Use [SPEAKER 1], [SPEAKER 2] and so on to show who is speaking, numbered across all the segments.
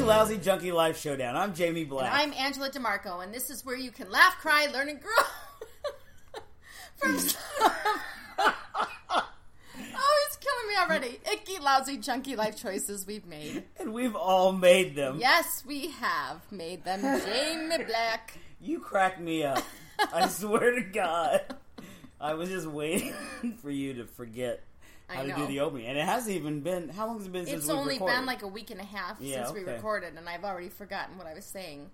[SPEAKER 1] Lousy Junkie Life Showdown. I'm Jamie Black.
[SPEAKER 2] I'm Angela DeMarco, and this is where you can laugh, cry, learn, and grow. From oh, it's killing me already. Icky, lousy, junky life choices we've made.
[SPEAKER 1] and we've all made them.
[SPEAKER 2] Yes, we have made them. Jamie Black.
[SPEAKER 1] You crack me up. I swear to God. I was just waiting for you to forget
[SPEAKER 2] I
[SPEAKER 1] how to do
[SPEAKER 2] know.
[SPEAKER 1] the opening. And it hasn't even been, how long has it been since
[SPEAKER 2] It's
[SPEAKER 1] we've
[SPEAKER 2] only
[SPEAKER 1] recorded?
[SPEAKER 2] been like a week and a half
[SPEAKER 1] Yeah,
[SPEAKER 2] since we
[SPEAKER 1] okay.
[SPEAKER 2] recorded, and I've already forgotten what I was saying.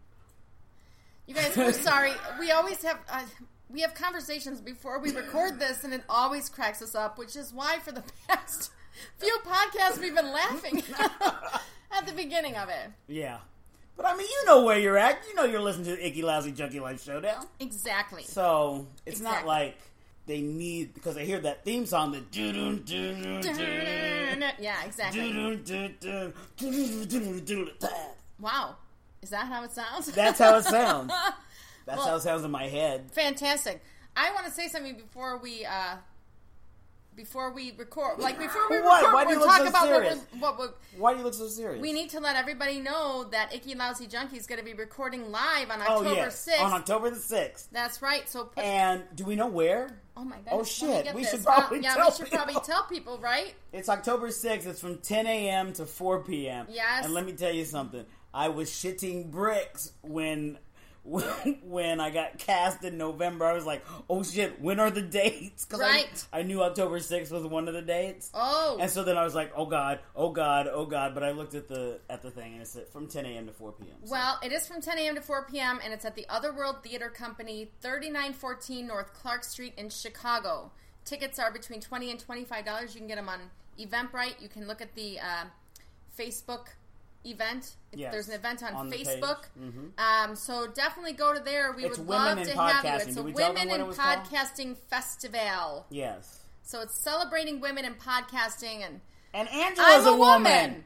[SPEAKER 2] You guys, we're sorry. We always have uh, we have conversations before we record this, and it always cracks us up, which is why for the past few podcasts we've been laughing at the beginning of it.
[SPEAKER 1] Yeah. But I mean, you know where you're at. You know you're listening to the Icky Lousy Junkie Life Showdown.
[SPEAKER 2] Exactly.
[SPEAKER 1] So it's not
[SPEAKER 2] Exactly.
[SPEAKER 1] like they need, because they hear that theme song, the doo doo doo
[SPEAKER 2] yeah, exactly. Wow, is that how it sounds?
[SPEAKER 1] That's how it sounds. That's
[SPEAKER 2] Well-
[SPEAKER 1] how it sounds in my head.
[SPEAKER 2] Fantastic. I want to say something before we uh before we record, like before we
[SPEAKER 1] What?
[SPEAKER 2] record,
[SPEAKER 1] Why do you
[SPEAKER 2] we'll
[SPEAKER 1] look
[SPEAKER 2] talk
[SPEAKER 1] so
[SPEAKER 2] about what,
[SPEAKER 1] serious?
[SPEAKER 2] we're, what we're,
[SPEAKER 1] Why do you look so serious?
[SPEAKER 2] we need to let everybody know that Icky Lousy Junkie is going to be recording live on
[SPEAKER 1] oh
[SPEAKER 2] October
[SPEAKER 1] yes,
[SPEAKER 2] 6th.
[SPEAKER 1] on October the sixth.
[SPEAKER 2] That's right. So put,
[SPEAKER 1] And do we know where?
[SPEAKER 2] oh my god.
[SPEAKER 1] oh, shit. We should probably
[SPEAKER 2] Uh, yeah,
[SPEAKER 1] tell
[SPEAKER 2] we should
[SPEAKER 1] people.
[SPEAKER 2] probably tell people, right?
[SPEAKER 1] It's October sixth. It's from ten a.m. to four p.m.
[SPEAKER 2] Yes.
[SPEAKER 1] And let me tell you something. I was shitting bricks when. When, when I got cast in November, I was like, "Oh shit! When are the dates?" Because
[SPEAKER 2] Right.
[SPEAKER 1] I, I knew October 6th was one of the dates.
[SPEAKER 2] Oh,
[SPEAKER 1] And so then I was like, "Oh god, oh god, oh god!" But I looked at the at the thing, and it said from 10 a.m. to 4 p.m. So-
[SPEAKER 2] well, it is from 10 a.m. to 4 p.m. and it's at the Otherworld Theater Company, 3914 North Clark Street in Chicago. Tickets are between 20 and 25 dollars. You can get them on Eventbrite. You can look at the uh, Facebook event. If
[SPEAKER 1] Yes,
[SPEAKER 2] There's an event on,
[SPEAKER 1] on the page. Mm-hmm.
[SPEAKER 2] Facebook. Um, so definitely go to there. We
[SPEAKER 1] It's
[SPEAKER 2] would
[SPEAKER 1] Women
[SPEAKER 2] love
[SPEAKER 1] in
[SPEAKER 2] to
[SPEAKER 1] Podcasting.
[SPEAKER 2] have you. It's
[SPEAKER 1] Did
[SPEAKER 2] a
[SPEAKER 1] we tell them
[SPEAKER 2] Women
[SPEAKER 1] what
[SPEAKER 2] in
[SPEAKER 1] it was called?
[SPEAKER 2] Podcasting Festival.
[SPEAKER 1] yes.
[SPEAKER 2] So it's celebrating women in podcasting and
[SPEAKER 1] And Angela's
[SPEAKER 2] I'm
[SPEAKER 1] a,
[SPEAKER 2] a
[SPEAKER 1] woman.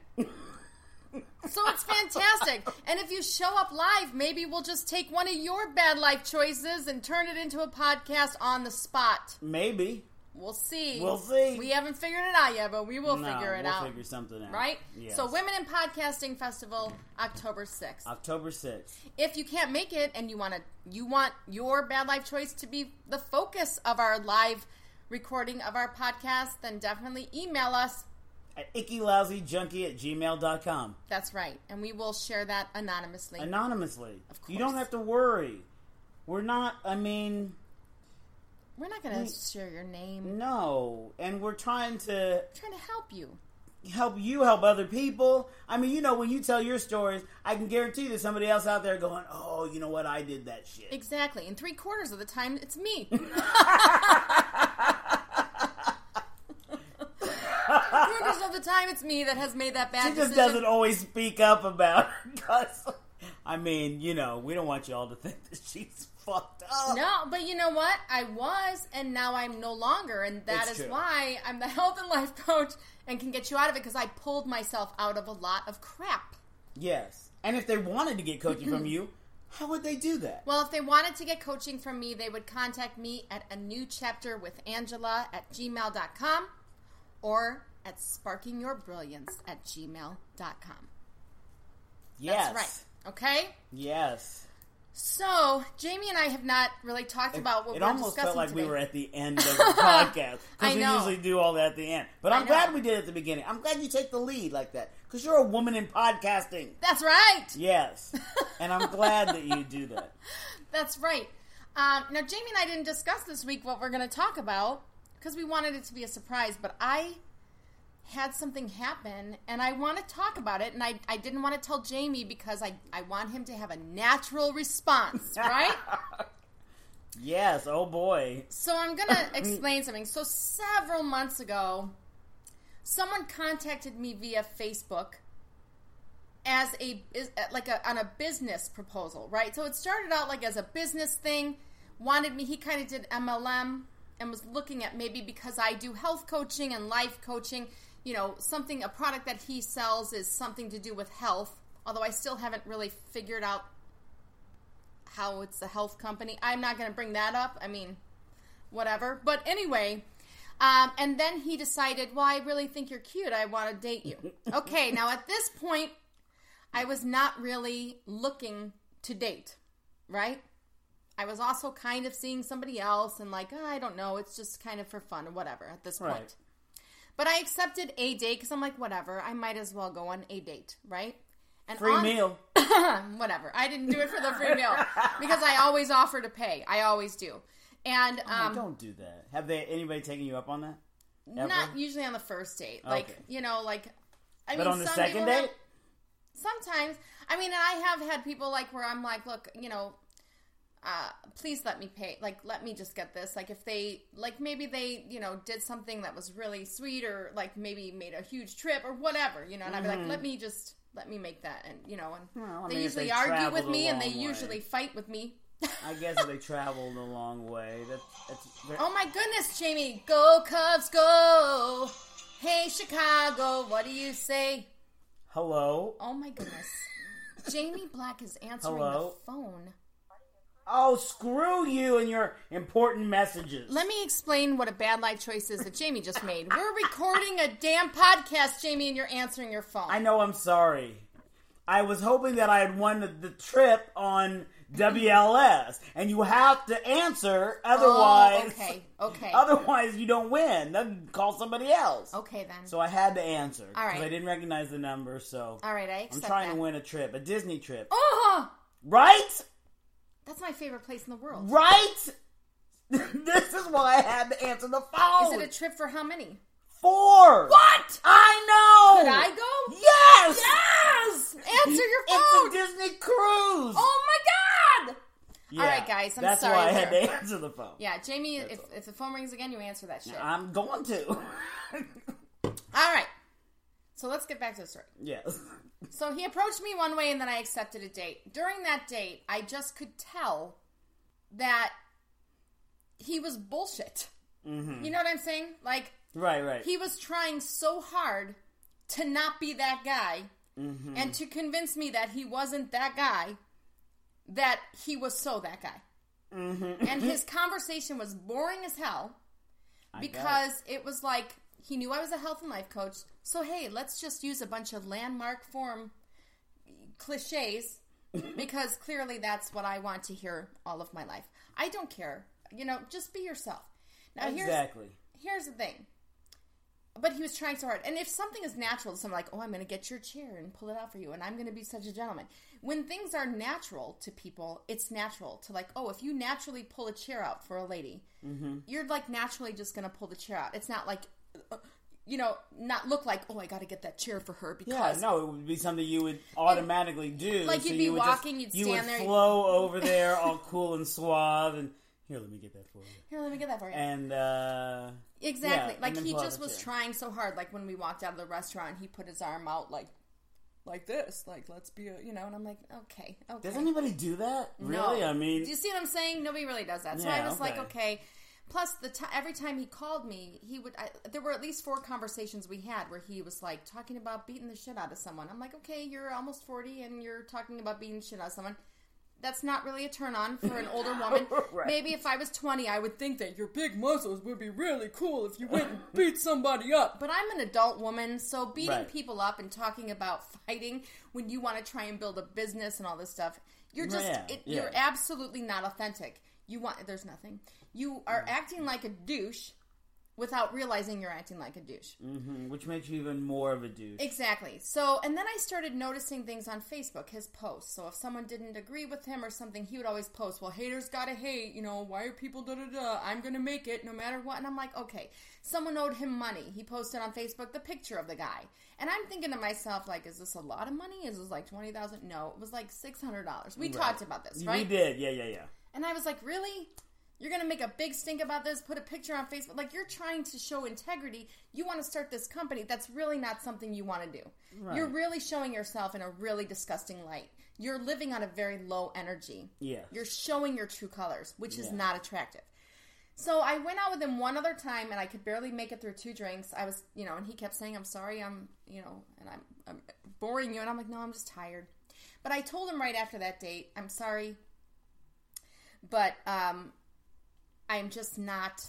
[SPEAKER 2] so it's fantastic. and if you show up live, maybe we'll just take one of your bad life choices and turn it into a podcast on the spot.
[SPEAKER 1] Maybe.
[SPEAKER 2] We'll see.
[SPEAKER 1] We'll see.
[SPEAKER 2] We haven't figured it out yet, but we will
[SPEAKER 1] No,
[SPEAKER 2] figure it
[SPEAKER 1] we'll
[SPEAKER 2] out.
[SPEAKER 1] Figure something out.
[SPEAKER 2] Right?
[SPEAKER 1] Yes.
[SPEAKER 2] So, Women in Podcasting Festival, October 6th.
[SPEAKER 1] October 6th.
[SPEAKER 2] if you can't make it and you want to you want your bad life choice to be the focus of our live recording of our podcast, then definitely email us
[SPEAKER 1] At ickylousyjunkie at gmail.com.
[SPEAKER 2] That's right. And we will share that anonymously.
[SPEAKER 1] Anonymously.
[SPEAKER 2] Of
[SPEAKER 1] You don't
[SPEAKER 2] course.
[SPEAKER 1] have to worry. We're not, I mean,
[SPEAKER 2] We're not going
[SPEAKER 1] We-
[SPEAKER 2] to share your name.
[SPEAKER 1] no. And we're trying to
[SPEAKER 2] We're trying to help you.
[SPEAKER 1] help you help other people. I mean, you know, when you tell your stories, I can guarantee there's somebody else out there going, oh, you know what? I did that shit.
[SPEAKER 2] Exactly. And three quarters of the time, it's me. quarters of the time, it's me that has made that bad
[SPEAKER 1] she just
[SPEAKER 2] decision.
[SPEAKER 1] doesn't always speak up about her cuss. I mean, you know, we don't want you all to think that she's fucked up.
[SPEAKER 2] No, but you know what? I was, and now I'm no longer, and that
[SPEAKER 1] It's
[SPEAKER 2] is
[SPEAKER 1] true.
[SPEAKER 2] why I'm the health and life coach and can get you out of it because I pulled myself out of a lot of crap.
[SPEAKER 1] Yes. And if they wanted to get coaching from you, how would they do that?
[SPEAKER 2] Well, if they wanted to get coaching from me, they would contact me at a new chapter with Angela at gmail.com or at sparkingyourbrilliance at gmail.com.
[SPEAKER 1] yes.
[SPEAKER 2] That's right. Okay?
[SPEAKER 1] Yes.
[SPEAKER 2] So, Jamie and I have not really talked about what
[SPEAKER 1] it
[SPEAKER 2] we're
[SPEAKER 1] almost
[SPEAKER 2] discussing
[SPEAKER 1] felt like
[SPEAKER 2] today.
[SPEAKER 1] we were at the end of the podcast
[SPEAKER 2] I
[SPEAKER 1] because we
[SPEAKER 2] know.
[SPEAKER 1] usually do all that at the end. But I'm
[SPEAKER 2] know.
[SPEAKER 1] glad we did it at the beginning. I'm glad you take the lead like that because you're a woman in podcasting.
[SPEAKER 2] That's right.
[SPEAKER 1] Yes. and I'm glad that you do that.
[SPEAKER 2] That's right. Um, now, Jamie and I didn't discuss this week what we're going to talk about because we wanted it to be a surprise, but I had something happen and I want to talk about it. And I, I didn't want to tell Jamie because I, I want him to have a natural response, right?
[SPEAKER 1] Yes. Oh boy.
[SPEAKER 2] so I'm going to explain something. So, several months ago, someone contacted me via Facebook as a bus- like a on a business proposal, right? So it started out like as a business thing. Wanted me, he kind of did MLM and was looking at maybe because I do health coaching and life coaching, you know, something a product that he sells is something to do with health. Although I still haven't really figured out how it's a health company. I'm not going to bring that up. I mean, whatever. But anyway, um, and then he decided, well, I really think you're cute. I want to date you. Okay, now at this point, I was not really looking to date, right? I was also kind of seeing somebody else and like, "Ah, I don't know, it's just kind of for fun or whatever at this point.
[SPEAKER 1] Right.
[SPEAKER 2] But I accepted a date because I'm like, whatever, I might as well go on a date, right? And
[SPEAKER 1] Free
[SPEAKER 2] on-
[SPEAKER 1] meal.
[SPEAKER 2] whatever. I didn't do it for the free meal because I always offer to pay. I always do. And
[SPEAKER 1] Oh,
[SPEAKER 2] um,
[SPEAKER 1] don't do that. Have they anybody taken you up on that? Ever?
[SPEAKER 2] not usually on the first date. Like,
[SPEAKER 1] Okay.
[SPEAKER 2] you know, like I
[SPEAKER 1] but
[SPEAKER 2] mean
[SPEAKER 1] on the
[SPEAKER 2] some
[SPEAKER 1] second
[SPEAKER 2] people
[SPEAKER 1] date,
[SPEAKER 2] have- sometimes I mean, and I have had people like where I'm like, look, you know, uh, please let me pay. Like, let me just get this. Like, if they, like, maybe they, you know, did something that was really sweet, or like maybe made a huge trip or whatever, you know. And I'd be like, let me just, let me make that, and you know, and
[SPEAKER 1] Mm-hmm. Well, I
[SPEAKER 2] they
[SPEAKER 1] mean, if
[SPEAKER 2] usually
[SPEAKER 1] they
[SPEAKER 2] argue
[SPEAKER 1] traveled
[SPEAKER 2] with
[SPEAKER 1] a
[SPEAKER 2] me, and they
[SPEAKER 1] long way.
[SPEAKER 2] usually fight with me.
[SPEAKER 1] I guess if they traveled a long way. That, that's they're-
[SPEAKER 2] Oh my goodness, Jamie. Go Cubs, go. Hey Chicago, what do you say?
[SPEAKER 1] hello.
[SPEAKER 2] Oh my goodness. Jamie Black is answering
[SPEAKER 1] Hello?
[SPEAKER 2] the phone.
[SPEAKER 1] Oh, screw you and your important messages.
[SPEAKER 2] Let me explain what a bad life choice is that Jamie just made. We're recording a damn podcast, Jamie, and you're answering your phone.
[SPEAKER 1] I know. I'm sorry. I was hoping that I had won the, the trip on WLS, and you have to answer, otherwise,
[SPEAKER 2] Oh, okay, okay.
[SPEAKER 1] otherwise you don't win. Then call somebody else.
[SPEAKER 2] okay then.
[SPEAKER 1] So I had to answer
[SPEAKER 2] All
[SPEAKER 1] because
[SPEAKER 2] right.
[SPEAKER 1] I didn't recognize the number. So
[SPEAKER 2] All right, I
[SPEAKER 1] I'm
[SPEAKER 2] accept
[SPEAKER 1] trying
[SPEAKER 2] that.
[SPEAKER 1] to win a trip, a Disney trip,
[SPEAKER 2] Oh,
[SPEAKER 1] right?
[SPEAKER 2] that's my favorite place in the world.
[SPEAKER 1] Right? this is why I had to answer the
[SPEAKER 2] Is
[SPEAKER 1] phone.
[SPEAKER 2] it a trip for how many?
[SPEAKER 1] four?
[SPEAKER 2] What?
[SPEAKER 1] I know.
[SPEAKER 2] Could I
[SPEAKER 1] Oh.
[SPEAKER 2] go?
[SPEAKER 1] Yes.
[SPEAKER 2] Yes! Answer your
[SPEAKER 1] It's a
[SPEAKER 2] phone.
[SPEAKER 1] Disney cruise.
[SPEAKER 2] Oh my god!
[SPEAKER 1] Yeah,
[SPEAKER 2] All right, guys, I'm
[SPEAKER 1] that's
[SPEAKER 2] sorry
[SPEAKER 1] why I had
[SPEAKER 2] there.
[SPEAKER 1] to answer the phone.
[SPEAKER 2] Yeah, Jamie, if, if the phone rings again, you answer that shit.
[SPEAKER 1] I'm going to.
[SPEAKER 2] All right. So let's get back to the story.
[SPEAKER 1] yes.
[SPEAKER 2] So he approached me one way and then I accepted a date. During that date, I just could tell that he was bullshit. You know what I'm saying? Like,
[SPEAKER 1] Right. Right.
[SPEAKER 2] he was trying so hard to not be that guy and to convince me that he wasn't that guy that he was so that guy and his conversation was boring as hell
[SPEAKER 1] got it.
[SPEAKER 2] because it. was like he knew i was a health and life coach so hey let's just use a bunch of landmark form cliches because clearly that's what i want to hear all of my life i don't care you know just be yourself now uh, here's
[SPEAKER 1] exactly.
[SPEAKER 2] here's the thing. But he was trying so hard. And if something is natural to someone, like, oh, I'm going to get your chair and pull it out for you, and I'm going to be such a gentleman. When things are natural to people, it's natural to, like, oh, if you naturally pull a chair out for a lady,
[SPEAKER 1] Mm-hmm.
[SPEAKER 2] you're, like, naturally just going to pull the chair out. It's not like, uh, you know, not look like, oh, I got to get that chair for her
[SPEAKER 1] Yeah,
[SPEAKER 2] because.
[SPEAKER 1] no, it would be something you would automatically do.
[SPEAKER 2] Like,
[SPEAKER 1] so
[SPEAKER 2] you'd be
[SPEAKER 1] you would
[SPEAKER 2] walking, you'd
[SPEAKER 1] just, you
[SPEAKER 2] stand
[SPEAKER 1] would
[SPEAKER 2] there, you-
[SPEAKER 1] flow over there, all cool and suave, and here, let me get that for you.
[SPEAKER 2] Here, let me get that for you.
[SPEAKER 1] And uh,
[SPEAKER 2] Exactly.
[SPEAKER 1] Yeah, and
[SPEAKER 2] like
[SPEAKER 1] then
[SPEAKER 2] he
[SPEAKER 1] pull out
[SPEAKER 2] just
[SPEAKER 1] the
[SPEAKER 2] was
[SPEAKER 1] chair.
[SPEAKER 2] trying so hard. Like when we walked out of the restaurant, he put his arm out like like this. Like let's be a you know, and I'm like, okay, okay.
[SPEAKER 1] does anybody do that?
[SPEAKER 2] No.
[SPEAKER 1] Really? I mean,
[SPEAKER 2] do you see what I'm saying? Nobody really does that. So I
[SPEAKER 1] Yeah,
[SPEAKER 2] was like,
[SPEAKER 1] okay.
[SPEAKER 2] okay. Plus, the t- every time he called me, he would. I, there were at least four conversations we had where he was like talking about beating the shit out of someone. I'm like, okay, you're almost forty and you're talking about beating the shit out of someone. That's not really a turn on for an older woman.
[SPEAKER 1] Right.
[SPEAKER 2] Maybe if I was twenty, I would think that your big muscles would be really cool if you went and beat somebody up. But I'm an adult woman, so beating
[SPEAKER 1] Right.
[SPEAKER 2] people up and talking about fighting when you want to try and build a business and all this stuff, you're just
[SPEAKER 1] Yeah,
[SPEAKER 2] it,
[SPEAKER 1] yeah.
[SPEAKER 2] you're absolutely not authentic. You want there's nothing. You
[SPEAKER 1] Mm.
[SPEAKER 2] are acting like a douche without realizing you're acting like a douche.
[SPEAKER 1] mhm, which makes you even more of a douche.
[SPEAKER 2] Exactly. So, and then I started noticing things on Facebook, his posts. So if someone didn't agree with him or something, he would always post, "Well, haters gotta hate. You know, why are people da da da? I'm gonna make it no matter what." And I'm like, okay. Someone owed him money. He posted on Facebook the picture of the guy, and I'm thinking to myself, like, is this a lot of money? Is this like twenty thousand? No, it was like six hundred dollars. We talked about this, right?
[SPEAKER 1] We did. Yeah, yeah, yeah.
[SPEAKER 2] And I was like, really? You're going to make a big stink about this, put a picture on Facebook. Like, you're trying to show integrity. You want to start this company. That's really not something you want to do. You're really showing yourself in a really disgusting light. You're living on a very low energy.
[SPEAKER 1] Yeah.
[SPEAKER 2] You're showing your true colors, which is
[SPEAKER 1] Yeah.
[SPEAKER 2] not attractive. So I went out with him one other time, and I could barely make it through two drinks. I was, you know, and he kept saying, "I'm sorry, I'm, you know, and I'm, I'm boring you," and I'm like, "No, I'm just tired." But I told him right after that date, "I'm sorry, but um, I'm just not.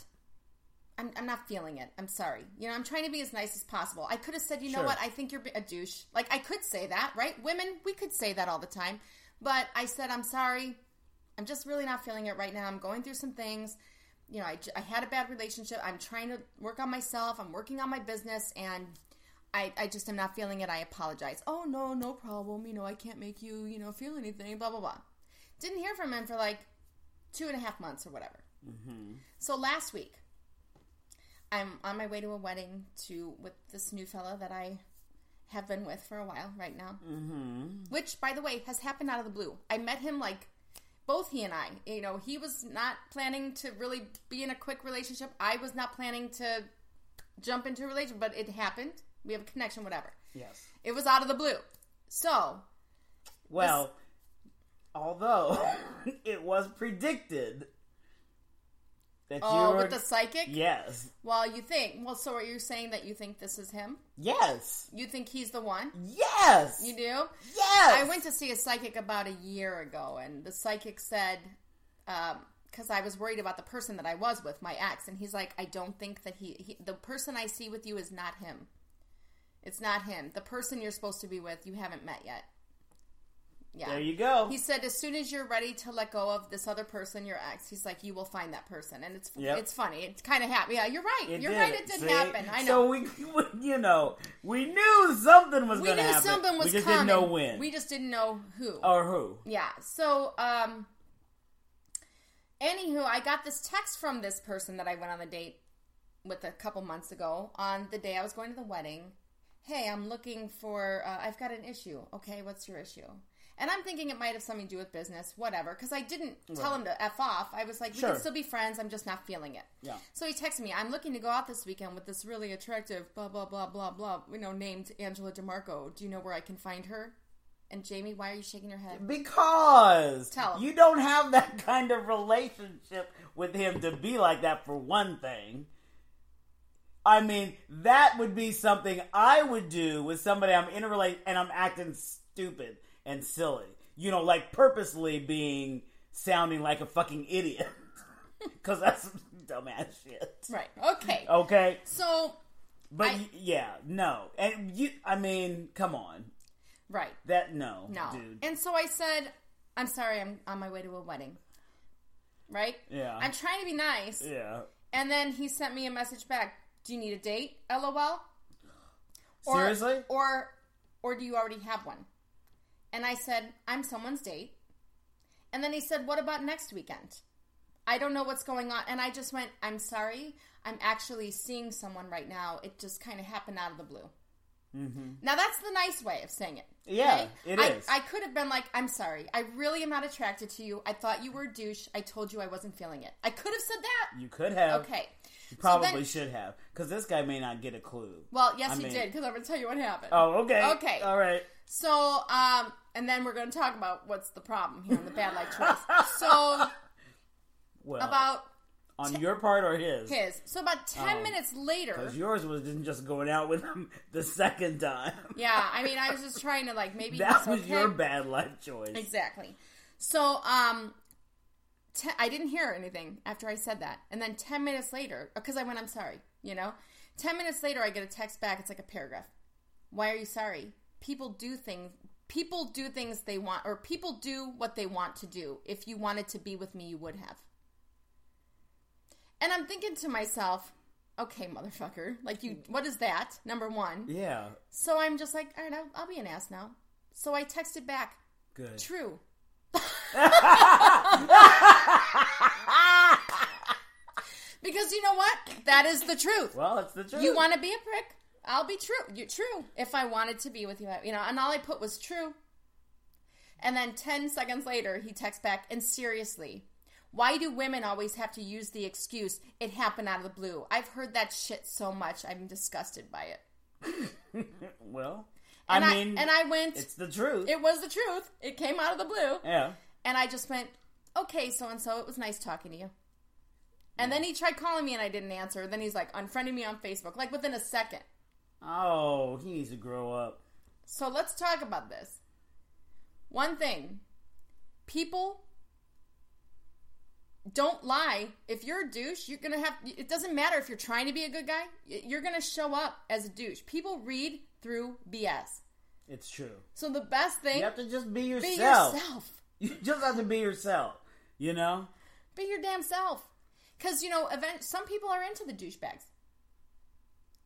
[SPEAKER 2] I'm, I'm not feeling it. I'm sorry. You know, I'm trying to be as nice as possible. I could have said, you know
[SPEAKER 1] Sure.
[SPEAKER 2] what? I think you're a douche. Like, I could say that, right? Women, we could say that all the time. But I said, I'm sorry. I'm just really not feeling it right now. I'm going through some things. You know, I, j- I had a bad relationship. I'm trying to work on myself. I'm working on my business. And I, I just am not feeling it. I apologize. Oh, no, no problem. You know, I can't make you, you know, feel anything, blah, blah, blah. Didn't hear from him for like two and a half months or whatever. So last week, I'm on my way to a wedding to with this new fella that I have been with for a while right now. Mm-hmm. Which, by the way, has happened out of the blue. I met him like both he and I. You know, he was not planning to really be in a quick relationship. I was not planning to jump into a relationship, but it happened. We have a connection, whatever.
[SPEAKER 1] Yes.
[SPEAKER 2] It was out of the blue. So
[SPEAKER 1] Well, although it was predicted that
[SPEAKER 2] Oh,
[SPEAKER 1] you were
[SPEAKER 2] with the psychic?
[SPEAKER 1] yes,
[SPEAKER 2] Well, you think. Well, so are you saying that you think this is him?
[SPEAKER 1] yes,
[SPEAKER 2] You think he's the one?
[SPEAKER 1] yes,
[SPEAKER 2] You do?
[SPEAKER 1] yes.
[SPEAKER 2] I went to see a psychic about a year ago, and the psychic said, because I was worried about the person that I was with, my ex, and he's like, I don't think that he, he, the person I see with you is not him. It's not him. The person you're supposed to be with, you haven't met yet. Yeah.
[SPEAKER 1] There you go.
[SPEAKER 2] He said, as soon as you're ready to let go of this other person, your ex, he's like, you will find that person, and it's
[SPEAKER 1] Yep.
[SPEAKER 2] it's funny. It's kind of happened. Yeah, you're right.
[SPEAKER 1] It
[SPEAKER 2] you're
[SPEAKER 1] did
[SPEAKER 2] right. It did
[SPEAKER 1] see?
[SPEAKER 2] happen. I know.
[SPEAKER 1] So we, we- you know, we knew something was
[SPEAKER 2] we
[SPEAKER 1] going
[SPEAKER 2] knew
[SPEAKER 1] to happen.
[SPEAKER 2] something was
[SPEAKER 1] We just
[SPEAKER 2] coming.
[SPEAKER 1] didn't know when
[SPEAKER 2] We just didn't know who.
[SPEAKER 1] or who.
[SPEAKER 2] Yeah. So, um, anywho, I got this text from this person that I went on the date with a couple months ago on the day I was going to the wedding. Hey, I'm looking for, uh, I've got an issue. Okay, what's your issue? And I'm thinking it might have something to do with business, whatever, because I didn't tell him to F off. I was like, we
[SPEAKER 1] Sure.
[SPEAKER 2] can still be friends. I'm just not feeling it.
[SPEAKER 1] Yeah.
[SPEAKER 2] So he texted me, I'm looking to go out this weekend with this really attractive blah, blah, blah, blah, blah, you know, named Angela DeMarco. Do you know where I can find her? And Jamie, why are you shaking your head?
[SPEAKER 1] Because
[SPEAKER 2] Tell 'em.
[SPEAKER 1] you don't have that kind of relationship with him to be like that for one thing. I mean, that would be something I would do with somebody I'm in a relate and I'm acting stupid and silly. You know, like purposely being sounding like a fucking idiot. Cause that's some dumbass shit.
[SPEAKER 2] Right. Okay.
[SPEAKER 1] Okay?
[SPEAKER 2] So,
[SPEAKER 1] But
[SPEAKER 2] I-
[SPEAKER 1] y yeah, no. And you I mean, come on.
[SPEAKER 2] right.
[SPEAKER 1] That no.
[SPEAKER 2] No.
[SPEAKER 1] Dude.
[SPEAKER 2] And so I said, I'm sorry, I'm on my way to a wedding. Right?
[SPEAKER 1] Yeah.
[SPEAKER 2] I'm trying to be nice.
[SPEAKER 1] yeah.
[SPEAKER 2] And then he sent me a message back. Do you need a date? LOL. Or,
[SPEAKER 1] Seriously?
[SPEAKER 2] Or or do you already have one? And I said, I'm someone's date. And then he said, What about next weekend? I don't know what's going on. And I just went, I'm sorry. I'm actually seeing someone right now. It just kind of happened out of the blue. Now, that's the nice way of saying it.
[SPEAKER 1] Mm-hmm. Yeah,
[SPEAKER 2] it
[SPEAKER 1] it
[SPEAKER 2] is. I,
[SPEAKER 1] is.
[SPEAKER 2] I could have been like, I'm sorry. I really am not attracted to you. I thought you were a douche. I told you I wasn't feeling it. I could have said that.
[SPEAKER 1] you could have.
[SPEAKER 2] Okay.
[SPEAKER 1] You probably
[SPEAKER 2] then-
[SPEAKER 1] should have, because this guy may not get a clue.
[SPEAKER 2] Well, yes,
[SPEAKER 1] I
[SPEAKER 2] he
[SPEAKER 1] mean-
[SPEAKER 2] did, because I'm going to tell you what happened.
[SPEAKER 1] Oh, okay.
[SPEAKER 2] Okay.
[SPEAKER 1] All right.
[SPEAKER 2] So, um, and then we're going to talk about what's the problem here in the bad life choice. So,
[SPEAKER 1] Well,
[SPEAKER 2] about
[SPEAKER 1] on your part or his?
[SPEAKER 2] his. So, about 10 minutes later.
[SPEAKER 1] Oh. 'Cause yours was didn't just going out with him the second time.
[SPEAKER 2] Yeah, I mean, I was just trying to, like, maybe
[SPEAKER 1] that
[SPEAKER 2] he's
[SPEAKER 1] was
[SPEAKER 2] okay.
[SPEAKER 1] your bad life choice.
[SPEAKER 2] Exactly. So, um, te- I didn't hear anything after I said that. And then 10 minutes later, because I went, I'm sorry, you know? 10 minutes later, I get a text back. It's like a paragraph. Why are you sorry? People do things. People do things they want, or people do what they want to do. If you wanted to be with me, you would have. And I'm thinking to myself, okay, motherfucker, like you, what is that? Number one.
[SPEAKER 1] Yeah.
[SPEAKER 2] So I'm just like, all right, I'll, I'll be an ass now. So I texted back,
[SPEAKER 1] Good.
[SPEAKER 2] True. because you know what? That is the truth.
[SPEAKER 1] Well, that's the truth.
[SPEAKER 2] You want to be a prick? I'll be true. You're true. If I wanted to be with you, I- you know, and all I put was true. And then 10 seconds later, he texts back, and seriously, why do women always have to use the excuse, it happened out of the blue? I've heard that shit so much, I'm disgusted by it.
[SPEAKER 1] Well,
[SPEAKER 2] And
[SPEAKER 1] I mean,
[SPEAKER 2] and I went,
[SPEAKER 1] it's the truth.
[SPEAKER 2] it was the truth. It came out of the blue.
[SPEAKER 1] yeah.
[SPEAKER 2] And I just went, okay, so and so, it was nice talking to you. And then he tried calling me and I didn't answer. Then he's like, unfriending me on Facebook, like within a second.
[SPEAKER 1] Oh, he needs to grow up.
[SPEAKER 2] So let's talk about this. One thing people don't lie. If you're a douche, you're gonna have. It doesn't matter if you're trying to be a good guy. y- You're gonna show up as a douche. People read through BS.
[SPEAKER 1] It's true.
[SPEAKER 2] So the best thing,
[SPEAKER 1] You have to just be
[SPEAKER 2] be
[SPEAKER 1] yourself.
[SPEAKER 2] yourself.
[SPEAKER 1] You just have to be yourself. You know?
[SPEAKER 2] Be your damn self. Because you know, event. Some people are into the douchebags.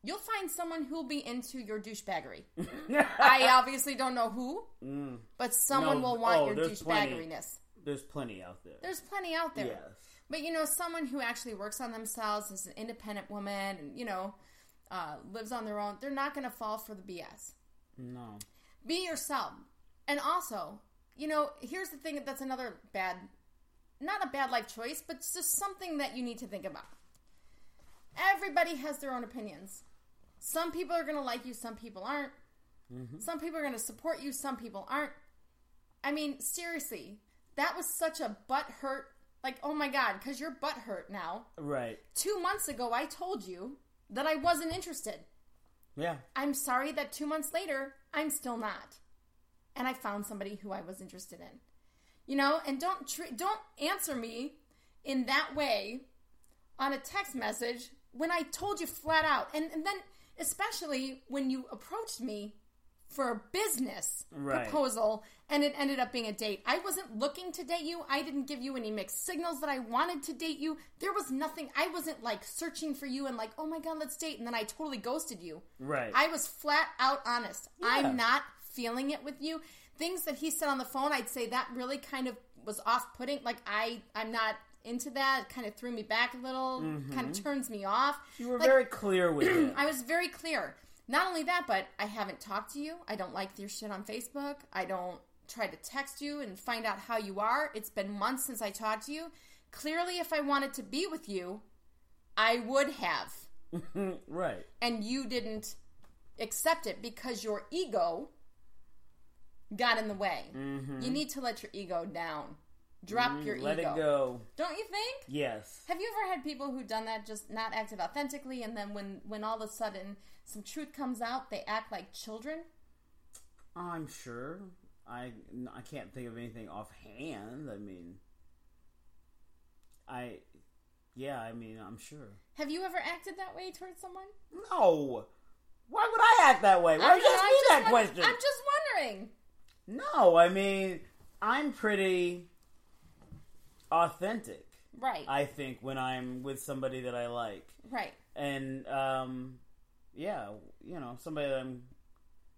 [SPEAKER 2] You'll find someone who'll be into your douchebaggery. I obviously don't know who, but someone
[SPEAKER 1] Mm. No,
[SPEAKER 2] will want
[SPEAKER 1] oh,
[SPEAKER 2] your
[SPEAKER 1] there's plenty.
[SPEAKER 2] douchebaggeriness.
[SPEAKER 1] There's plenty out there.
[SPEAKER 2] There's plenty out there.
[SPEAKER 1] yes.
[SPEAKER 2] But you know, someone who actually works on themselves is an independent woman, and you know, uh, lives on their own. They're not going to fall for the BS.
[SPEAKER 1] No.
[SPEAKER 2] Be yourself, and also, you know, here's the thing. That's another bad, not a bad life choice, but it's just something that you need to think about. Everybody has their own opinions. Some people are going to like you. Some people aren't. Some people are going to support you. Some people aren't. I mean, seriously, that was such a butt hurt. Like, oh my god, because your butt hurt now
[SPEAKER 1] Right.
[SPEAKER 2] two months ago I told you that I wasn't interested.
[SPEAKER 1] Yeah.
[SPEAKER 2] I'm sorry that two months later I'm still not. And I found somebody who I was interested in. You know, and don't tr- don't answer me in that way on a text message when I told you flat out. And, and then especially when you approached me for a business
[SPEAKER 1] Right.
[SPEAKER 2] proposal and it ended up being a date. I wasn't looking to date you. I didn't give you any mixed signals that I wanted to date you. There was nothing. I wasn't like searching for you and like, "Oh my god, let's date." And then I totally ghosted you.
[SPEAKER 1] Right.
[SPEAKER 2] I was flat out honest.
[SPEAKER 1] Yeah.
[SPEAKER 2] I'm not feeling it with you. Things that he said on the phone, I'd say that really kind of was off-putting. Like I, I'm not into that. It kind of threw me back a little. Kind of turns me off.
[SPEAKER 1] Mm-hmm. you were
[SPEAKER 2] Like,
[SPEAKER 1] very clear with it.
[SPEAKER 2] I was very clear. Not only that, but I haven't talked to you. I don't like your shit on Facebook. I don't try to text you and find out how you are. It's been months since I talked to you. Clearly, if I wanted to be with you, I would have
[SPEAKER 1] right.
[SPEAKER 2] and you didn't accept it because your ego got in the way. You need to let your ego down. Drop your
[SPEAKER 1] Mm-hmm. Mm, Let
[SPEAKER 2] ego.
[SPEAKER 1] it go.
[SPEAKER 2] Don't you think?
[SPEAKER 1] Yes.
[SPEAKER 2] Have you ever had people who done that just not acted authentically and then when when all of a sudden some truth comes out, they act like children?
[SPEAKER 1] I'm sure. I I can't think of anything offhand. I mean, I yeah. I mean, I'm sure.
[SPEAKER 2] Have you ever acted that way towards someone?
[SPEAKER 1] No. Why would I act that way? Why would you ask
[SPEAKER 2] I'm
[SPEAKER 1] me that
[SPEAKER 2] won-
[SPEAKER 1] question?
[SPEAKER 2] I'm just wondering.
[SPEAKER 1] no, I mean, I'm pretty authentic.
[SPEAKER 2] Right.
[SPEAKER 1] I think when I'm with somebody that I like,
[SPEAKER 2] right.
[SPEAKER 1] and um, yeah, you know, somebody that I'm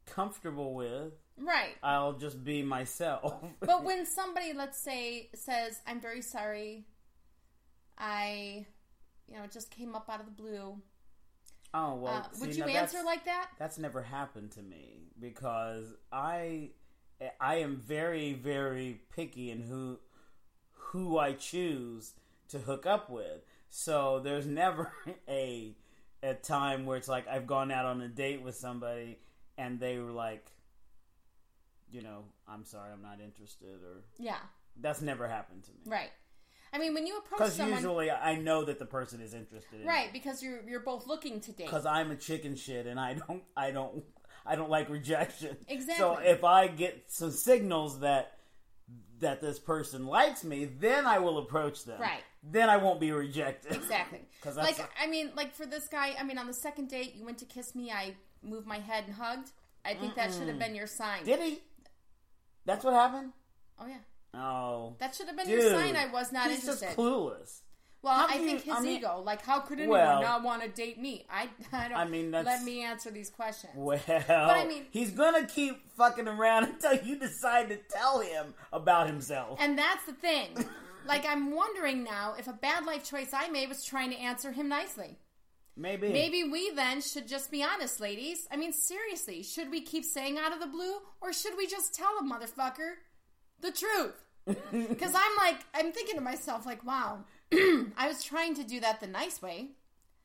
[SPEAKER 1] comfortable with,
[SPEAKER 2] Right.
[SPEAKER 1] I'll just be myself.
[SPEAKER 2] but when somebody let's say says i'm very sorry i you know just came up out of the blue
[SPEAKER 1] oh well,
[SPEAKER 2] uh, would
[SPEAKER 1] see,
[SPEAKER 2] you
[SPEAKER 1] now
[SPEAKER 2] answer
[SPEAKER 1] that's-
[SPEAKER 2] like that
[SPEAKER 1] that's never happened to me because I I am very very picky in who who I choose to hook up with. So there's never a a time where it's like I've gone out on a date with somebody and they were like you know, I'm sorry, I'm not interested or
[SPEAKER 2] yeah
[SPEAKER 1] that's never happened to me.
[SPEAKER 2] right i mean when you approach
[SPEAKER 1] Cuz
[SPEAKER 2] someone
[SPEAKER 1] usually I know that the person is interested in
[SPEAKER 2] right because you're you're both looking to date
[SPEAKER 1] because I'm a chicken shit and I don't I don't I don't like rejection. So
[SPEAKER 2] Exactly.
[SPEAKER 1] if I get some signals that that this person likes me, then I will approach them.
[SPEAKER 2] Right.
[SPEAKER 1] Then I won't be rejected.
[SPEAKER 2] exactly
[SPEAKER 1] 'Cause
[SPEAKER 2] like
[SPEAKER 1] that's
[SPEAKER 2] i mean like for this guy i mean on the second date you went to kiss me i moved my head and hugged i think that should have been your sign
[SPEAKER 1] did he? That's what happened.
[SPEAKER 2] oh yeah
[SPEAKER 1] Oh,
[SPEAKER 2] that should have been
[SPEAKER 1] dude,
[SPEAKER 2] your sign i was not
[SPEAKER 1] he's
[SPEAKER 2] interested
[SPEAKER 1] just clueless.
[SPEAKER 2] Well,
[SPEAKER 1] How
[SPEAKER 2] I
[SPEAKER 1] do you-
[SPEAKER 2] think his
[SPEAKER 1] I mean-
[SPEAKER 2] ego. Like, how could anyone
[SPEAKER 1] Well-
[SPEAKER 2] not want to date me? I, I don't.
[SPEAKER 1] I mean, that's-
[SPEAKER 2] let me answer these questions.
[SPEAKER 1] Well,
[SPEAKER 2] I mean-
[SPEAKER 1] he's gonna keep fucking around until you decide to tell him about himself.
[SPEAKER 2] And that's the thing. like, I'm wondering now if a bad life choice I made was trying to answer him nicely.
[SPEAKER 1] Maybe.
[SPEAKER 2] Maybe we then should just be honest, ladies. I mean, seriously, should we keep saying out of the blue, or should we just tell a motherfucker the truth? Because I'm like, I'm thinking to myself, like, wow, I was trying to do that the nice way.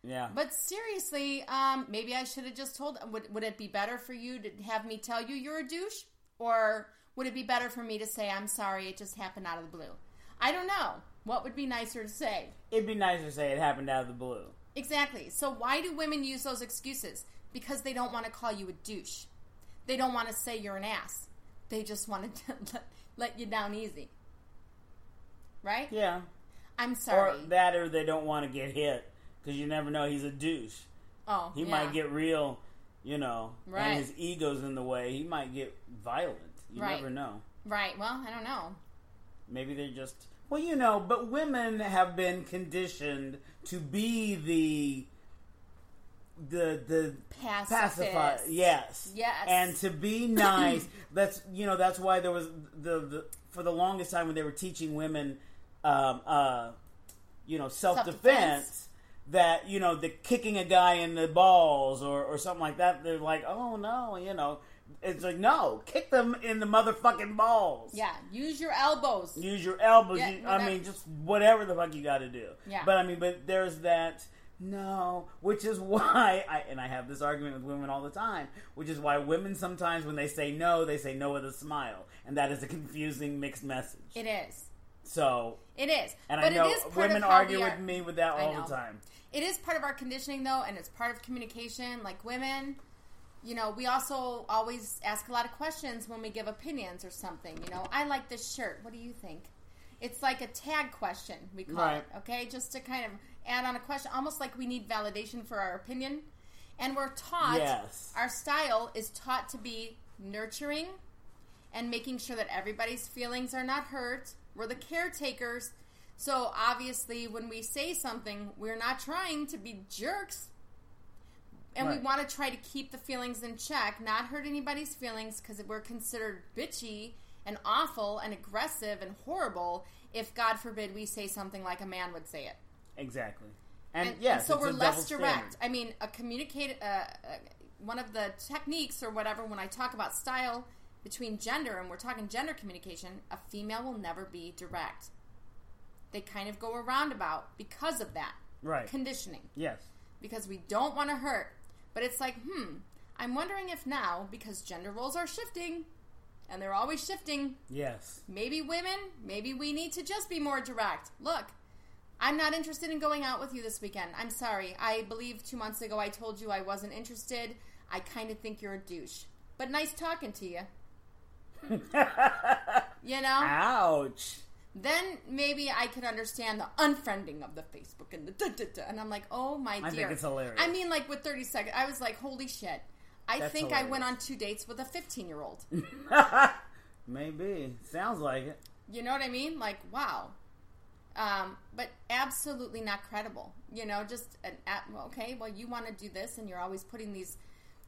[SPEAKER 1] Yeah.
[SPEAKER 2] But seriously, um, maybe I should have just told. Would would it be better for you to have me tell you you're a douche, or would it be better for me to say I'm sorry? It just happened out of the blue. I don't know. What would be nicer to say?
[SPEAKER 1] It'd be nicer to say it happened out of the blue.
[SPEAKER 2] Exactly. So why do women use those excuses? Because they don't want to call you a douche. They don't want to say you're an ass. They just want to let, let you down easy. Right?
[SPEAKER 1] Yeah.
[SPEAKER 2] I'm sorry.
[SPEAKER 1] Or that, or they don't want to get hit because you never know. He's a douche.
[SPEAKER 2] oh,
[SPEAKER 1] He
[SPEAKER 2] yeah.
[SPEAKER 1] might get real, you know,
[SPEAKER 2] Right.
[SPEAKER 1] and his ego's in the way. He might get violent. You
[SPEAKER 2] Right.
[SPEAKER 1] never know.
[SPEAKER 2] right. Well, I don't know.
[SPEAKER 1] Maybe they're just well, you know. But women have been conditioned to be the the the pacify.
[SPEAKER 2] Pacifist.
[SPEAKER 1] Yes.
[SPEAKER 2] Yes.
[SPEAKER 1] And to be nice. that's you know that's why there was the, the for the longest time when they were teaching women, um, uh, you know, self defense.
[SPEAKER 2] Self-defense.
[SPEAKER 1] That you know the kicking a guy in the balls or or something like that. They're like, oh no, you know. It's like no, kick them in the motherfucking balls.
[SPEAKER 2] Yeah. Use your elbows.
[SPEAKER 1] Use your elbows.
[SPEAKER 2] Yeah,
[SPEAKER 1] you,
[SPEAKER 2] no,
[SPEAKER 1] I
[SPEAKER 2] that-
[SPEAKER 1] mean, just whatever the fuck you got to do.
[SPEAKER 2] Yeah.
[SPEAKER 1] But I mean, but there's that no, which is why I and I have this argument with women all the time, which is why women sometimes when they say no, they say no with a smile, and that is a confusing mixed message.
[SPEAKER 2] It is.
[SPEAKER 1] So,
[SPEAKER 2] It is.
[SPEAKER 1] and
[SPEAKER 2] but
[SPEAKER 1] I know
[SPEAKER 2] it is part
[SPEAKER 1] women
[SPEAKER 2] of how
[SPEAKER 1] argue
[SPEAKER 2] we are-
[SPEAKER 1] with me with that
[SPEAKER 2] I
[SPEAKER 1] all
[SPEAKER 2] know.
[SPEAKER 1] the time.
[SPEAKER 2] It is part of our conditioning, though, and it's part of communication. Like women, you know, we also always ask a lot of questions when we give opinions or something. You know, I like this shirt. What do you think? It's like a tag question, we call
[SPEAKER 1] Right.
[SPEAKER 2] it. Okay, just to kind of add on a question, almost like we need validation for our opinion. And we're taught,
[SPEAKER 1] Yes.
[SPEAKER 2] our style is taught to be nurturing and making sure that everybody's feelings are not hurt. We're the caretakers. So obviously, when we say something, we're not trying to be jerks. And
[SPEAKER 1] Right.
[SPEAKER 2] we want to try to keep the feelings in check, not hurt anybody's feelings because we're considered bitchy and awful and aggressive and horrible if, God forbid, we say something like a man would say it.
[SPEAKER 1] Exactly. And,
[SPEAKER 2] And-
[SPEAKER 1] yes,
[SPEAKER 2] and so
[SPEAKER 1] it's
[SPEAKER 2] we're
[SPEAKER 1] a double
[SPEAKER 2] less
[SPEAKER 1] standard.
[SPEAKER 2] direct. I mean, a communicate uh, uh, one of the techniques or whatever when I talk about style between gender and we're talking gender communication, a female will never be direct. They kind of go a roundabout because of that
[SPEAKER 1] Right.
[SPEAKER 2] conditioning
[SPEAKER 1] yes.
[SPEAKER 2] because we don't want to hurt. But it's like, hmm, I'm wondering if now because gender roles are shifting and they're always shifting,
[SPEAKER 1] Yes.
[SPEAKER 2] Maybe women, maybe we need to just be more direct. Look, I'm not interested in going out with you this weekend. I'm sorry. I believe two months ago I told you I wasn't interested. I kind of think you're a douche. But nice talking to you. You know?
[SPEAKER 1] Ah. Ouch.
[SPEAKER 2] Then maybe I could understand the unfriending of the Facebook and the da da da. And I'm like, oh my dear.
[SPEAKER 1] I think it's hilarious.
[SPEAKER 2] I mean, like with 30 seconds, I was like, holy shit. I
[SPEAKER 1] That's
[SPEAKER 2] think I went on
[SPEAKER 1] hilarious.
[SPEAKER 2] two dates with a 15 year old.
[SPEAKER 1] Maybe sounds like it.
[SPEAKER 2] You know what I mean? Like, wow. Um, but absolutely not credible. You know, just an at, well, okay, well, you want to do this, and you're always putting these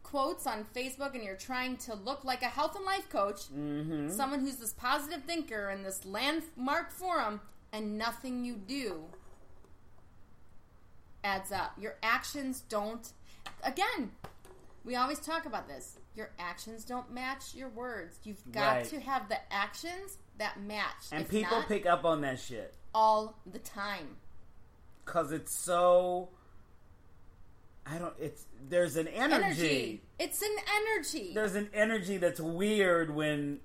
[SPEAKER 2] quotes on Facebook, and you're trying to look like a health and life coach,
[SPEAKER 1] Mm-hmm.
[SPEAKER 2] someone who's this positive thinker in this landmark forum, and nothing you do adds up. Your actions don't. Again, we always talk about this. Your actions don't match your words. You've got
[SPEAKER 1] Right.
[SPEAKER 2] to have the actions that match.
[SPEAKER 1] And
[SPEAKER 2] If
[SPEAKER 1] people
[SPEAKER 2] not,
[SPEAKER 1] pick up on that shit.
[SPEAKER 2] all the time.
[SPEAKER 1] because it's so i don't it's there's an energy,
[SPEAKER 2] Energy. It's an energy.
[SPEAKER 1] there's an energy that's weird when,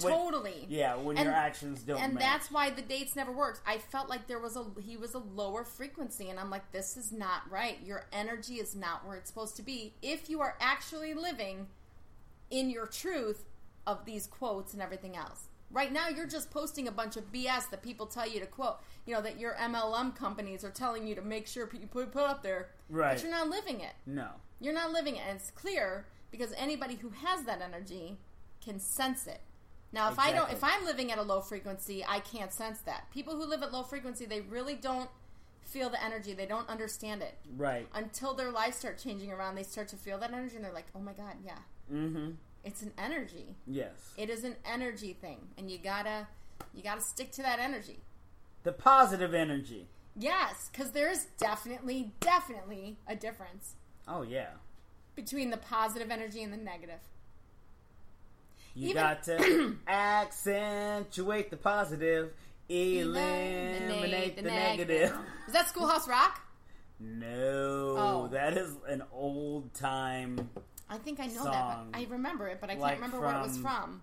[SPEAKER 1] when
[SPEAKER 2] totally.
[SPEAKER 1] yeah when
[SPEAKER 2] And-
[SPEAKER 1] your actions don't
[SPEAKER 2] And
[SPEAKER 1] match.
[SPEAKER 2] that's why the dates never worked. I felt like there was a he was a lower frequency, and I'm like, this is not right. Your energy is not where it's supposed to be. If you are actually living in your truth of these quotes and everything else. Right now, you're just posting a bunch of BS that people tell you to quote. You know that your MLM companies are telling you to make sure you put put up there,
[SPEAKER 1] Right.
[SPEAKER 2] But you're not living it.
[SPEAKER 1] no
[SPEAKER 2] You're not living it, and it's clear because anybody who has that energy can sense it. Now, if I don't, if
[SPEAKER 1] Exactly.
[SPEAKER 2] I'm living at a low frequency, I can't sense that. People who live at low frequency, they really don't feel the energy. They don't understand it
[SPEAKER 1] right
[SPEAKER 2] until their lives start changing around. They start to feel that energy, and they're like, "Oh my god, yeah,
[SPEAKER 1] mm-hmm
[SPEAKER 2] it's an energy.
[SPEAKER 1] yes
[SPEAKER 2] It is an energy thing, and you gotta, you gotta stick to that energy."
[SPEAKER 1] the positive energy
[SPEAKER 2] Yes, because there is definitely, definitely a difference
[SPEAKER 1] oh yeah
[SPEAKER 2] between the positive energy and the negative.
[SPEAKER 1] you
[SPEAKER 2] Even-
[SPEAKER 1] got to accentuate the positive eliminate, the, negative
[SPEAKER 2] Is that Schoolhouse Rock?
[SPEAKER 1] no
[SPEAKER 2] Oh.
[SPEAKER 1] that is an old time
[SPEAKER 2] I think I know
[SPEAKER 1] Song.
[SPEAKER 2] that, but I remember it, but I
[SPEAKER 1] Like
[SPEAKER 2] can't remember where it was
[SPEAKER 1] from-
[SPEAKER 2] from.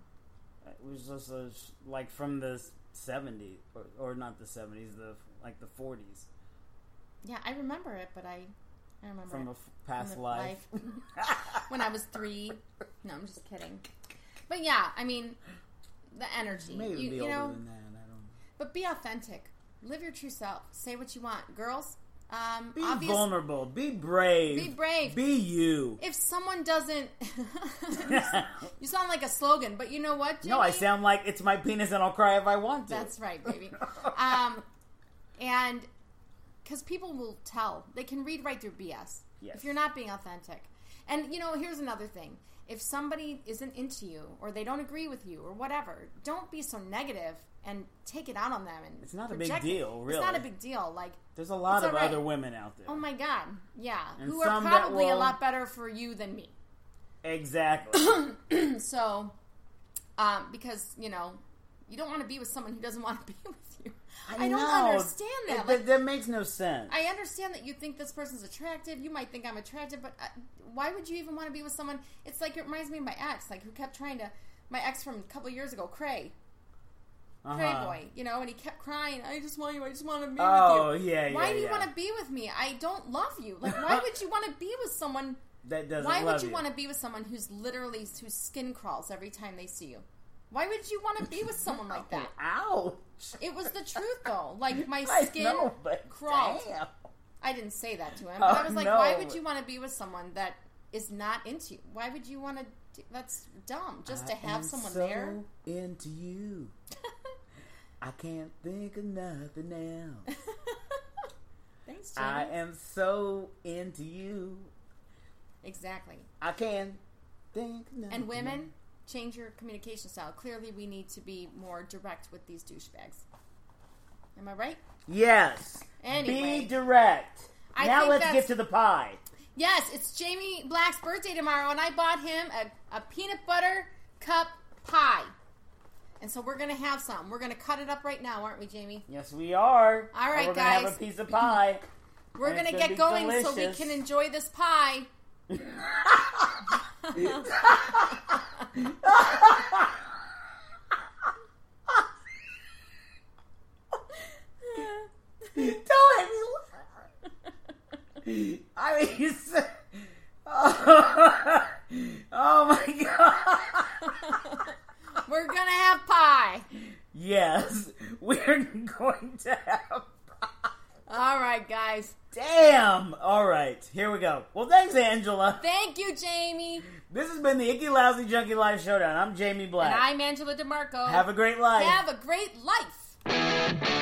[SPEAKER 1] It was just a, sh- like from the seventies, or, or not the seventies, the like the forties
[SPEAKER 2] Yeah, I remember it, but I, I remember
[SPEAKER 1] from a
[SPEAKER 2] it.
[SPEAKER 1] f- past
[SPEAKER 2] From a
[SPEAKER 1] life.
[SPEAKER 2] when I was three. No, I'm just kidding. But yeah, I mean, the energy.
[SPEAKER 1] Maybe
[SPEAKER 2] you,
[SPEAKER 1] it'd be
[SPEAKER 2] you
[SPEAKER 1] older
[SPEAKER 2] know,
[SPEAKER 1] than that. I don't.
[SPEAKER 2] but be authentic. Live your true self. Say what you want, girls. Um,
[SPEAKER 1] Be
[SPEAKER 2] obvious-
[SPEAKER 1] vulnerable. Be brave.
[SPEAKER 2] Be brave.
[SPEAKER 1] Be you.
[SPEAKER 2] If someone doesn't, you sound like a slogan, but you know what?
[SPEAKER 1] no, I
[SPEAKER 2] Jimmy?
[SPEAKER 1] sound like it's my penis and I'll cry if I want to.
[SPEAKER 2] That's right, baby. um, and because people will tell, they can read right through BS
[SPEAKER 1] Yes.
[SPEAKER 2] if you're not being authentic. And you know, here's another thing: if somebody isn't into you, or they don't agree with you, or whatever, don't be so negative and take it out on them. And
[SPEAKER 1] It's not a big
[SPEAKER 2] project it.
[SPEAKER 1] deal,
[SPEAKER 2] It's not
[SPEAKER 1] really.
[SPEAKER 2] a big deal. Like,
[SPEAKER 1] There's a lot
[SPEAKER 2] It's
[SPEAKER 1] of
[SPEAKER 2] all right.
[SPEAKER 1] other women out there.
[SPEAKER 2] oh my god, yeah,
[SPEAKER 1] And
[SPEAKER 2] who are
[SPEAKER 1] some that
[SPEAKER 2] probably a
[SPEAKER 1] will-
[SPEAKER 2] lot better for you than me.
[SPEAKER 1] exactly.
[SPEAKER 2] So, um, because you know, you don't want to be with someone who doesn't want to be with you. I, don't
[SPEAKER 1] know.
[SPEAKER 2] understand
[SPEAKER 1] It-
[SPEAKER 2] that.
[SPEAKER 1] that,
[SPEAKER 2] Like,
[SPEAKER 1] that makes no sense.
[SPEAKER 2] I understand that you think this person's attractive. You might think I'm attractive, but uh why would you even want to be with someone? It's like it reminds me of my ex, like who kept trying to my ex from a couple years ago, Cray, Cray
[SPEAKER 1] Uh-huh.
[SPEAKER 2] boy, you know, and he kept crying. I just want you. I just want to be
[SPEAKER 1] Oh
[SPEAKER 2] with you.
[SPEAKER 1] yeah, yeah.
[SPEAKER 2] Why do you
[SPEAKER 1] yeah.
[SPEAKER 2] want to be with me? I don't love you. Like, why would you want to be with someone?
[SPEAKER 1] That doesn't.
[SPEAKER 2] Why
[SPEAKER 1] love
[SPEAKER 2] would you, want to be with someone who's literally whose skin crawls every time they see you? Why would you want to be with someone like that?
[SPEAKER 1] Ouch!
[SPEAKER 2] It was the truth though. Like my
[SPEAKER 1] I
[SPEAKER 2] skin
[SPEAKER 1] know, but
[SPEAKER 2] crawls.
[SPEAKER 1] damn.
[SPEAKER 2] I didn't say that to him. But I
[SPEAKER 1] Oh,
[SPEAKER 2] was like,
[SPEAKER 1] no.
[SPEAKER 2] why would you want to be with someone that is not into you? Why would you want to do, that's dumb just to
[SPEAKER 1] I
[SPEAKER 2] have
[SPEAKER 1] am
[SPEAKER 2] someone
[SPEAKER 1] so
[SPEAKER 2] there?
[SPEAKER 1] Into you. I can't think of nothing else.
[SPEAKER 2] Thanks, Jimmy.
[SPEAKER 1] I am so into you.
[SPEAKER 2] exactly.
[SPEAKER 1] I can think. of nothing
[SPEAKER 2] And
[SPEAKER 1] else.
[SPEAKER 2] women, change your communication style. Clearly we need to be more direct with these douchebags. Am I right?
[SPEAKER 1] Yes.
[SPEAKER 2] Anyway.
[SPEAKER 1] Be direct.
[SPEAKER 2] I
[SPEAKER 1] now
[SPEAKER 2] think
[SPEAKER 1] let's
[SPEAKER 2] that's-
[SPEAKER 1] get to the pie.
[SPEAKER 2] Yes, it's Jamie Black's birthday tomorrow, and I bought him a, a peanut butter cup pie. And so we're going to have some. We're going to cut it up right now, aren't we, Jamie?
[SPEAKER 1] Yes, we are.
[SPEAKER 2] All right,
[SPEAKER 1] and we're
[SPEAKER 2] guys.
[SPEAKER 1] gonna have a piece of pie.
[SPEAKER 2] We're
[SPEAKER 1] And
[SPEAKER 2] going
[SPEAKER 1] it's
[SPEAKER 2] to
[SPEAKER 1] gonna
[SPEAKER 2] get
[SPEAKER 1] be
[SPEAKER 2] going so we
[SPEAKER 1] delicious.
[SPEAKER 2] can enjoy this pie.
[SPEAKER 1] Don't me laugh. I mean, you said, oh, my god!
[SPEAKER 2] We're going to have pie.
[SPEAKER 1] yes, we're going to have.
[SPEAKER 2] All right, guys.
[SPEAKER 1] Damn! All right, here we go. Well, thanks, Angela.
[SPEAKER 2] Thank you, Jamie.
[SPEAKER 1] This has been the Icky Lousy Junkie Life Showdown. I'm Jamie Black.
[SPEAKER 2] And I'm Angela DeMarco.
[SPEAKER 1] have a great life.
[SPEAKER 2] Have a great life.